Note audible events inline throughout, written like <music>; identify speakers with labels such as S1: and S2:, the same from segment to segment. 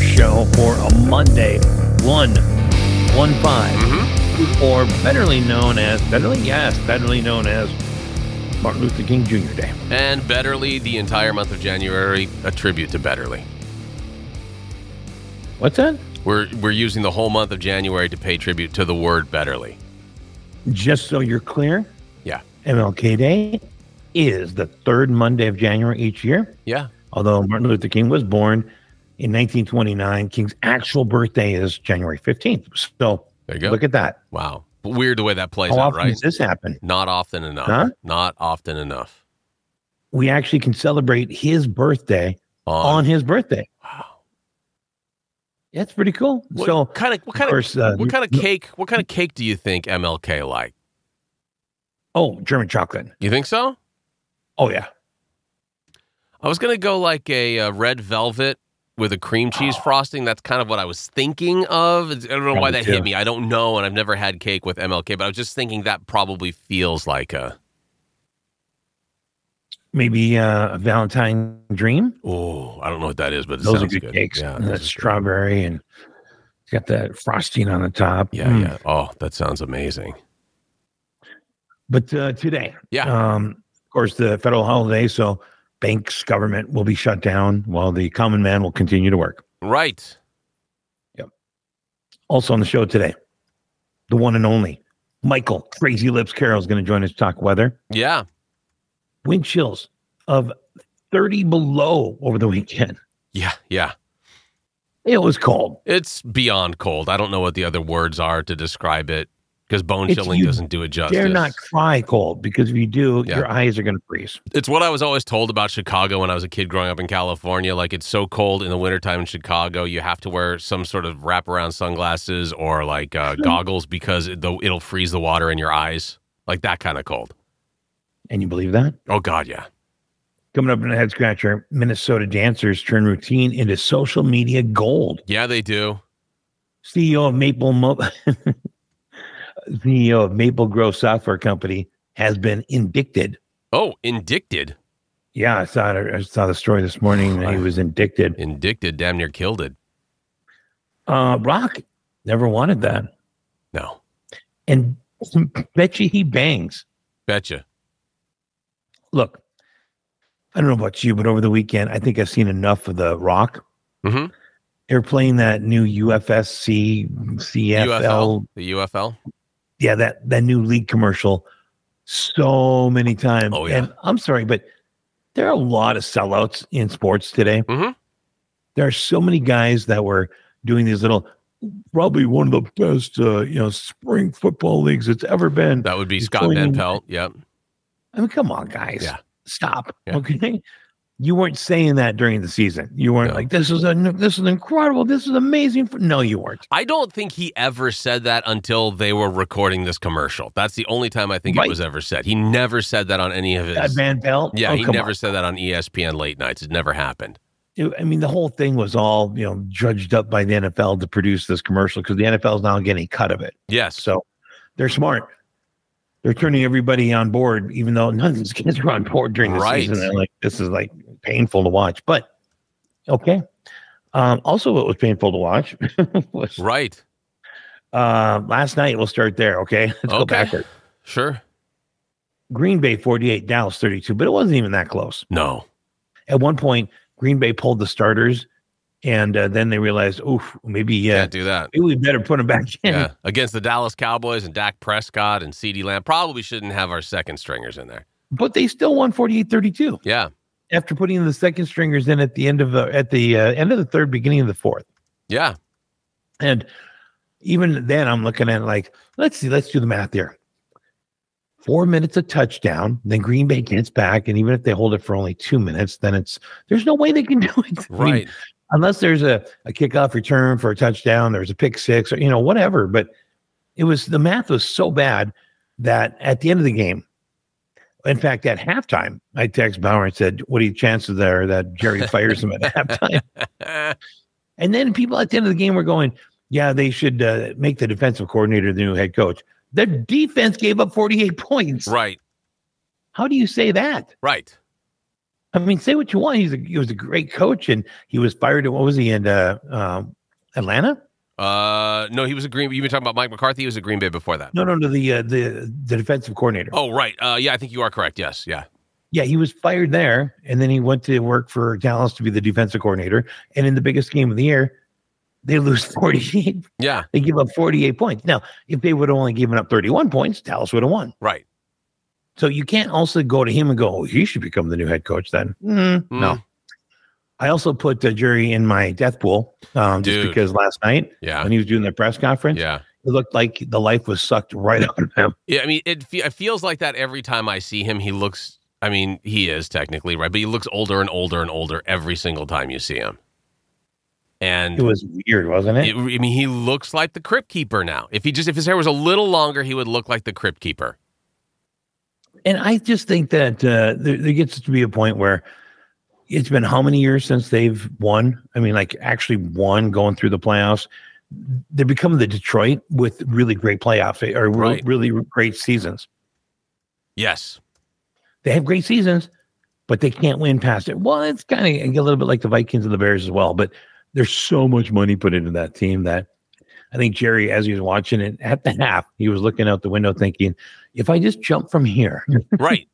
S1: show for a Monday, 1 1 5,
S2: Mm-hmm.
S1: or betterly known as, betterly, yes, betterly known as Martin Luther King Jr. Day.
S2: And Betterly, the entire month of January, a tribute to Betterly.
S1: What's that?
S2: We're, we're using the whole month of January to pay tribute to the word Betterly.
S1: Just so you're clear,
S2: Yeah.
S1: MLK Day is the third Monday of January each year.
S2: Yeah.
S1: Although Martin Luther King was born in 1929, King's actual birthday is January 15th. So
S2: There you go.
S1: look at that.
S2: Wow. Weird the way that plays
S1: How
S2: out,
S1: often
S2: right?
S1: does this happen?
S2: Not often enough.
S1: Huh?
S2: Not often enough.
S1: We actually can celebrate his birthday on
S2: On.
S1: his birthday.
S2: Wow.
S1: That's pretty cool.
S2: What
S1: so, of
S2: kind of what kind of,
S1: course, uh,
S2: what kind of
S1: no-
S2: cake what kind of cake do you think MLK like?
S1: oh, German chocolate.
S2: You think so?
S1: Oh yeah,
S2: I was gonna go like a, uh red velvet with a cream cheese frosting. That's kind of what I was thinking of. It's- I don't
S1: Oh.
S2: know why
S1: Probably
S2: that
S1: too.
S2: hit me. I don't know, and I've never had cake with MLK, but I was just thinking that probably feels like a
S1: maybe uh, a Valentine dream.
S2: oh, I don't know what that is, but it
S1: those are
S2: sounds
S1: good, cakes.
S2: Yeah,
S1: And
S2: those
S1: that
S2: are good.
S1: strawberry and it's got that frosting on the top.
S2: Yeah,
S1: Mm.
S2: yeah. Oh, that sounds amazing.
S1: But uh, today,
S2: Yeah.
S1: um, of course, the federal holiday, so banks, government will be shut down while the common man will continue to work.
S2: right.
S1: Also on the show today, the one and only Michael Crazy Lips Carroll is going to join us to talk weather.
S2: Yeah.
S1: Wind chills of 30 below over the weekend.
S2: Yeah. Yeah.
S1: It was cold.
S2: It's beyond cold. I don't know what the other words are to describe it because bone
S1: It's-
S2: chilling
S1: you
S2: doesn't do it justice.
S1: Dare not cry cold because if you do,
S2: Yeah.
S1: your eyes are going to freeze.
S2: It's what I was always told about Chicago when I was a kid growing up in California. Like, it's so cold in the wintertime in Chicago, you have to wear some sort of wraparound sunglasses or like uh, goggles because it, the, it'll freeze the water in your eyes. Like, that kind of cold.
S1: And you believe that?
S2: Oh, God, yeah.
S1: Coming up in a head scratcher, Minnesota dancers turn routine into social media gold.
S2: Yeah, they do.
S1: CEO of Maple Mo- <laughs> CEO of Maple Grove Software Company has been indicted.
S2: Oh, indicted.
S1: Yeah, I saw it, I saw the story this morning that he was indicted.
S2: Indicted damn near killed it.
S1: Uh, Rock never wanted that,
S2: No.
S1: and <laughs> bet you he bangs.
S2: Betcha.
S1: Look, I don't know about you, but over the weekend, I think I've seen enough of the Rock.
S2: Mhm.
S1: They're playing that new UFSC CFL
S2: UFL. The UFL.
S1: yeah, that that new league commercial so many times.
S2: Oh, yeah.
S1: And I'm sorry, but there are a lot of sellouts in sports today.
S2: Mhm.
S1: There are so many guys that were doing these little probably one of the best uh, you know spring football leagues it's ever been.
S2: That would be
S1: He's
S2: Scott
S1: going
S2: Van
S1: in-
S2: Pelt. Yep.
S1: I mean, come on, guys.
S2: Yeah.
S1: Stop.
S2: Yeah.
S1: Okay. You weren't saying that during the season. You weren't
S2: No.
S1: like this is a this is incredible. This is amazing. For-. No, you weren't.
S2: I don't think he ever said that until they were recording this commercial. That's the only time I think it
S1: Right.
S2: was ever said. He never said that on any of his.
S1: That Van Pelt.
S2: yeah,
S1: Oh,
S2: he
S1: come
S2: never
S1: on.
S2: said that on E ESPN late nights. It never happened.
S1: it- I mean, the whole thing was all you know judged up by the NFL to produce this commercial because the NFL is now getting a cut of it.
S2: Yes.
S1: So they're smart. They're turning everybody on board, even though none of these kids were on board during the
S2: Right.
S1: season. They're like, this is like painful to watch, but okay. Um, also, what was painful to watch <laughs> was
S2: Right.
S1: uh, last night. We'll start there. Okay, <laughs> let's go
S2: Okay.
S1: backward.
S2: Sure.
S1: Green Bay forty-eight, Dallas thirty-two, but it wasn't even that close.
S2: No.
S1: At one point, Green Bay pulled the starters, and uh, then they realized, oof, maybe uh,
S2: Can't do that.
S1: Maybe we better put him back <laughs> in.
S2: Yeah. Against the Dallas Cowboys and Dak Prescott and CeeDee Lamb. Probably shouldn't have our second stringers in there.
S1: But they still won 48-32
S2: Yeah.
S1: after putting the second stringers in at the end of the at the uh, end of the third, beginning of the fourth.
S2: Yeah.
S1: And even then, I'm looking at it like, let's see, let's do the math here. Four minutes a touchdown, then Green Bay gets back, and even if they hold it for only two minutes, then it's there's no way they can <laughs> do it. I mean,
S2: Right.
S1: unless there's a, a kickoff return for a touchdown, there's a pick six, or you know, whatever. But it was the math was so bad that at the end of the game, in fact, at halftime, I text Bauer and said, What are your chances there that Jerry fires him at <laughs> halftime? And then people at the end of the game were going, Yeah, they should uh, make the defensive coordinator the new head coach. The defense gave up 48 <laughs> points.
S2: <laughs> right.
S1: How do you say that?
S2: Right.
S1: I mean, say what you want. He's a, he was a great coach, and he was fired. What was he in uh, um, Atlanta?
S2: Uh, no, he was a Green. You've been talking about Mike McCarthy. He was a Green Bay before that.
S1: No, no, no. The uh, the the defensive coordinator.
S2: Oh, right. Uh, yeah, I think you are correct. Yes, yeah.
S1: Yeah, he was fired there, and then he went to work for Dallas to be the defensive coordinator. And in the biggest game of the year, they lose <laughs> forty eight.
S2: Yeah,
S1: They give up forty eight points. Now, if they would have only given up thirty one points, Dallas would have won.
S2: right.
S1: So you can't also go to him and go, oh, he should become the new head coach then. Mm, No.
S2: Mm.
S1: I also put uh, Jerry in my death pool um, just
S2: Dude.
S1: because last night
S2: Yeah.
S1: when he was doing the press conference,
S2: Yeah.
S1: it looked like the life was sucked right out of him.
S2: Yeah. I mean, it, fe- it feels like that every time I see him. He looks, I mean, he is technically right, but he looks older and older and older every single time you see him. And
S1: It was weird, wasn't it?
S2: It, I mean, he looks like the Crypt Keeper now. If he just if his hair was a little longer, he would look like the Crypt Keeper.
S1: and I just think that uh, there, there gets to be a point where it's been how many years since they've won? I mean, like actually won going through the playoffs. They become the Detroit with really great playoff or re-
S2: Right.
S1: really great seasons.
S2: Yes.
S1: they have great seasons, but they can't win past it. Well, it's kind of a little bit like the Vikings and the Bears as well, but there's so much money put into that team that I think Jerry, as he was watching it at the half, he was looking out the window thinking, if I just jump from here,
S2: Right.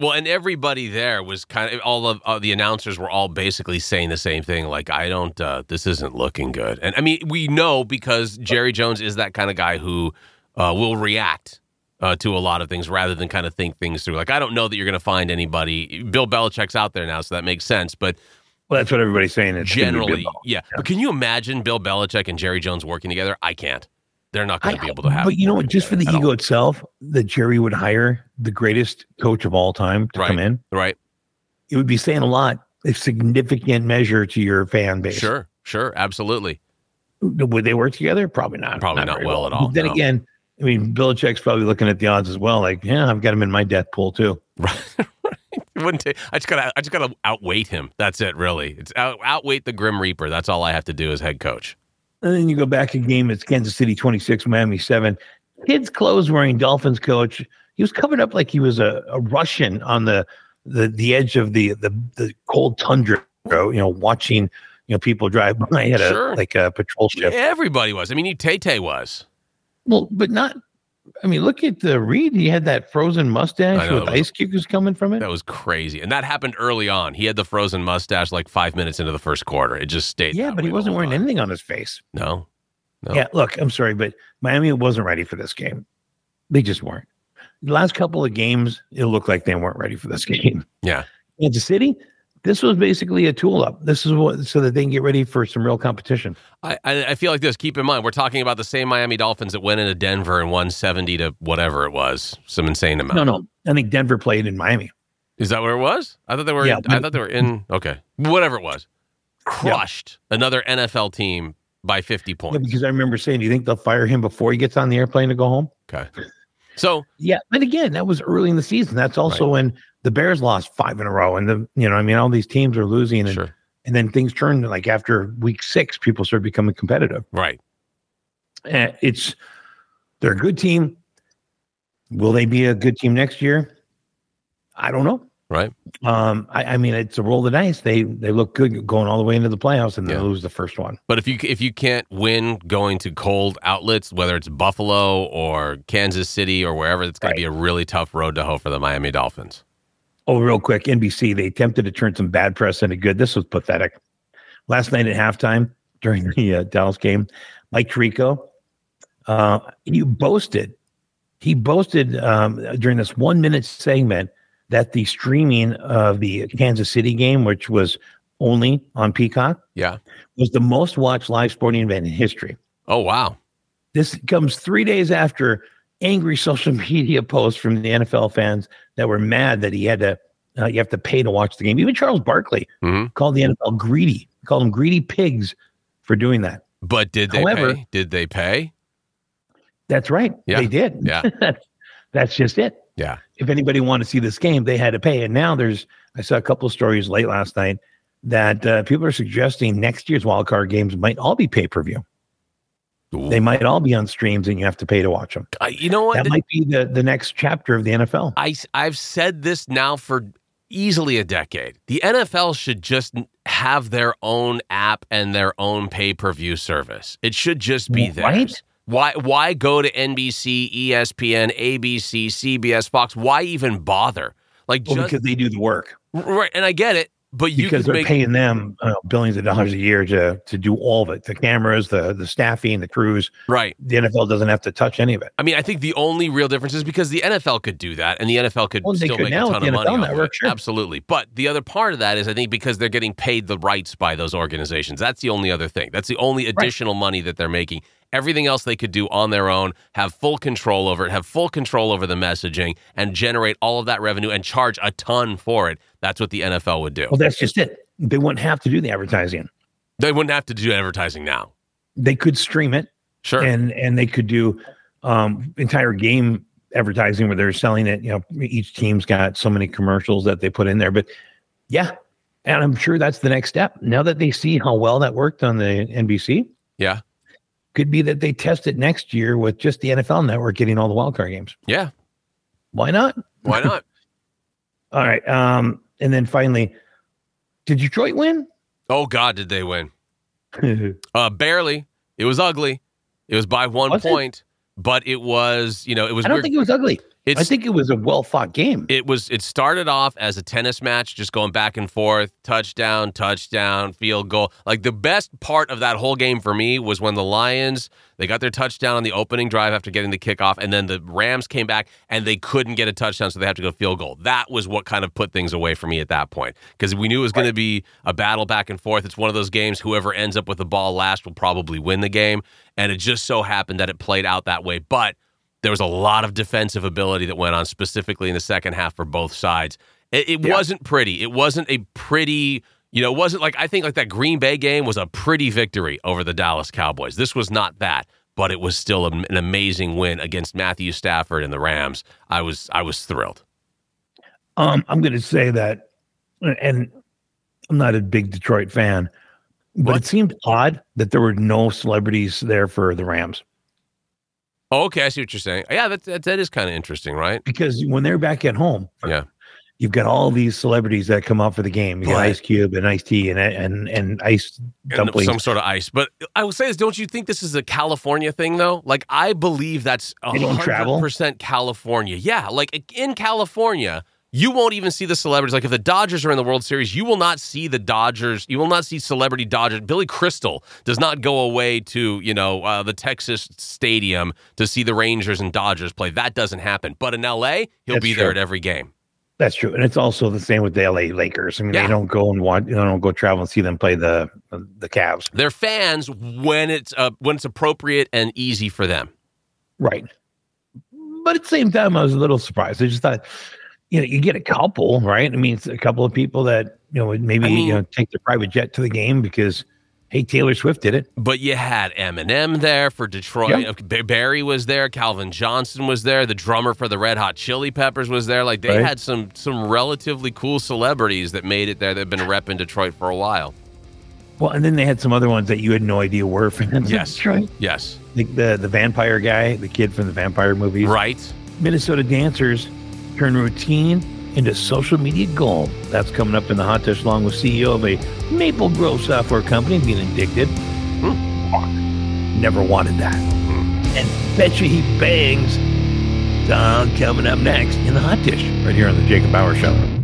S2: well, and everybody there was kind of all of uh, the announcers were all basically saying the same thing like I don't uh, this isn't looking good. And I mean, we know because Jerry Jones is that kind of guy who uh, will react uh, to a lot of things rather than kind of think things through. Like I don't know that you're going to find anybody. Bill Belichick's out there now, so that makes sense, but
S1: well, that's what everybody's saying. It's gonna be
S2: generally,
S1: Bill.
S2: yeah. But can you imagine Bill Belichick and Jerry Jones working together? I can't. They're not going
S1: I-
S2: to be able to have.
S1: But you know what? Just for the
S2: at all.
S1: ego itself, that Jerry would hire the greatest coach of all time to come in,
S2: right?
S1: it would be saying a lot, a significant measure to your fan base.
S2: Sure, sure, absolutely.
S1: would they work together? Probably not.
S2: Probably not
S1: very
S2: well at all,
S1: But then
S2: no.
S1: again, I mean, Belichick's probably looking at the odds as well. Like, yeah, I've got him in my death pool too.
S2: <laughs> Right. It Wouldn't take, I just gotta I just gotta outweight him. That's it, really. It's out, outweight the Grim Reaper. That's all I have to do as head coach.
S1: And then you go back a game. It's Kansas City twenty six, Miami seven. Kids' clothes wearing Dolphins coach. He was covered up like he was a, a Russian on the the the edge of the the, the cold tundra. You know, watching you know people drive by at
S2: Sure.
S1: a like a patrol ship.
S2: Everybody was. I mean, Tay Tay was.
S1: Well, but not. I mean, look at the Reed. He had that frozen
S2: I
S1: mustache
S2: know,
S1: with
S2: that was-
S1: ice cubes coming from it.
S2: That was crazy, and that happened early on. He had the frozen mustache like five minutes into the first quarter. It just stayed.
S1: yeah,
S2: that
S1: but
S2: way
S1: he
S2: the
S1: wasn't
S2: whole
S1: wearing
S2: time.
S1: anything on his face.
S2: No, No.
S1: Yeah, look, I'm sorry, but Miami wasn't ready for this game. They just weren't. The last couple of games, it looked like they weren't ready for this <laughs> game.
S2: Yeah.
S1: Kansas City, this was basically a tool up. This is what so that they can get ready for some real competition.
S2: I, I I feel like this. Keep in mind, we're talking about the same Miami Dolphins that went into Denver and won seventy to whatever it was, some insane amount.
S1: No, no. I think Denver played in Miami.
S2: Is that where it was? I thought they were.
S1: Yeah,
S2: I
S1: but-
S2: thought they were in. Okay, whatever it was, crushed another NFL team by fifty
S1: Yeah,
S2: points.
S1: because I remember saying, Do you think they'll fire him before he gets on the airplane to go home?
S2: So
S1: Yeah. But again, that was early in the season. That's also when the Bears lost five in a row. And the you know, I mean, all these teams are losing and,
S2: sure,
S1: and then things turned like after week six, people started becoming competitive.
S2: right?
S1: Eh, it's they're a good team. Will they be a good team next year? I don't know.
S2: Right.
S1: Um, I, I mean, it's a roll of the dice. They they look good going all the way into the playoffs, and they
S2: Yeah.
S1: lose the first one.
S2: But if you if you can't win going to cold outlets, whether it's Buffalo or Kansas City or wherever, it's going
S1: Right.
S2: to be a really tough road to hoe for the Miami Dolphins.
S1: Oh, real quick, NBC they attempted to turn some bad press into good. This was pathetic. Last night at halftime during the uh, Dallas game, Mike Tirico, uh, he boasted, he boasted um, during this one minute segment that the streaming of the Kansas City game, which was only on Peacock,
S2: Yeah.
S1: was the most watched live sporting event in history.
S2: Oh wow.
S1: This comes three days after angry social <laughs> media posts from the NFL fans that were mad that he had to, uh, you have to pay to watch the game. Even Charles Barkley
S2: hmm
S1: called the NFL greedy, called them greedy pigs for doing that.
S2: But did they
S1: However-
S2: pay? Did they pay?
S1: That's right.
S2: Yeah.
S1: They did.
S2: Yeah.
S1: <laughs> that's, that's just it.
S2: Yeah.
S1: If anybody wanted to see this game, they had to pay. And now there's, I saw a couple of stories late last night that uh, people are suggesting next year's wild card games might all be pay per view. They might all be on streams and you have to pay to watch them.
S2: I, you know what?
S1: That might be the, the next chapter of the NFL.
S2: I, have said this now for easily a decade. The NFL should just have their own app and their own pay-per-view service. It should just be theirs.
S1: Right?
S2: Why why go to NBC, ESPN, ABC, CBS, Fox? Why even bother? Like
S1: Well,
S2: just
S1: because they do the work.
S2: right, and I get it, but you
S1: because
S2: could
S1: they're
S2: make
S1: paying them I don't know, billions of dollars a year to to do all of it the cameras the the staffing the crews
S2: right.
S1: the nfl doesn't have to touch any of it
S2: I mean, I think the only real difference is because the NFL could do that, and the NFL could
S1: Well, they
S2: still
S1: could
S2: make
S1: now with
S2: a ton
S1: the
S2: of money.
S1: NFL
S2: off of
S1: network,
S2: it.
S1: sure.
S2: Absolutely, but the other part of that is, I think, because they're getting paid the rights by those organizations. That's the only other thing. That's the only additional money that they're making. Everything else they could do on their own, have full control over it, have full control over the messaging, and generate all of that revenue and charge a ton for it. That's what the NFL would do.
S1: well that's just it they wouldn't have to do the advertising
S2: They wouldn't have to do advertising now.
S1: they could stream it
S2: Sure.
S1: and and they could do um entire game advertising where they're selling it you know each team's got so many commercials that they put in there but yeah and i'm sure that's the next step now that they see how well that worked on the nbc
S2: Yeah.
S1: could be that they test it next year with just the nfl network getting all the wildcard games
S2: yeah.
S1: why not
S2: Why not?
S1: All right. Um, and then finally, did Detroit win? <laughs>
S2: oh God, did they win? Uh, barely. It was ugly. It was by one
S1: Was it?
S2: point, but it was you know it was
S1: I don't
S2: weird.
S1: think it was ugly.
S2: it's,
S1: I think it was a well fought game.
S2: it was it started off as a tennis match, just going back and forth, touchdown, touchdown, field goal. Like the best part of that whole game for me was when the Lions they got their touchdown on the opening drive after getting the kickoff, and then the Rams came back and they couldn't get a touchdown, so they had to go field goal. That was what kind of put things away for me at that point because we knew it was going to be a battle back and forth. It's one of those games. Whoever ends up with the ball last will probably win the game, and it just so happened that it played out that way, but there was a lot of defensive ability that went on specifically in the second half for both sides. It, it
S1: Yeah.
S2: wasn't pretty. It wasn't a pretty, you know, it wasn't like I think like that Green Bay game was a pretty victory over the Dallas Cowboys. This was not that, but it was still am- an amazing win against Matthew Stafford and the Rams. I was I was thrilled.
S1: Um, I'm going to say that, and I'm not a big Detroit fan, but
S2: What?
S1: it seemed odd that there were no celebrities there for the Rams
S2: Oh, okay, I see what you're saying. Yeah, that that, that is kind of interesting, right?
S1: because when they're back at home,
S2: Yeah.
S1: you've got all these celebrities that come out for the game. You got
S2: Right.
S1: Ice Cube and Ice Tea and and and Ice
S2: And
S1: Dumplings.
S2: Some sort of ice, but I will say this: Don't you think this is a California thing, though? Like, I believe that's
S1: They don't travel?
S2: hundred percent California. Yeah, like in California, you won't even see the celebrities. Like, if the Dodgers are in the World Series, you will not see the Dodgers. You will not see celebrity Dodgers. Billy Crystal does not go away to you know uh, the Texas Stadium to see the Rangers and Dodgers play. That doesn't happen. But in L.A., he'll
S1: That's
S2: be there
S1: true.
S2: at every game.
S1: That's true, and it's also the same with the LA Lakers. I mean,
S2: Yeah.
S1: they don't go and watch, they don't go travel and see them play the the Cavs,
S2: They're fans when it's uh, when it's appropriate and easy for them.
S1: right? But at the same time, I was a little surprised. I just thought, you know, you get a couple, right? I mean, it's a couple of people that you know would maybe
S2: I mean-
S1: you know take their private jet to the game because hey, Taylor Swift did it.
S2: But you had Eminem there for Detroit.
S1: Yeah.
S2: Ba- Barry was there. Calvin Johnson was there. The drummer for the Red Hot Chili Peppers was there. Like they
S1: Right.
S2: had some some relatively cool celebrities that made it there. They've been repping Detroit for a while.
S1: Well, and then they had some other ones that you had no idea were from
S2: Yes.
S1: Detroit.
S2: Yes,
S1: <laughs> Like the the vampire guy, the kid from the vampire movies.
S2: right.
S1: Minnesota dancers turn routine into social media gold. That's coming up in the hot dish along with CEO of a Maple Grove software company being indicted. Fuck. Never wanted that. And betcha he bangs. It's all coming up next in the hot dish right here on the Jacob Bauer Show.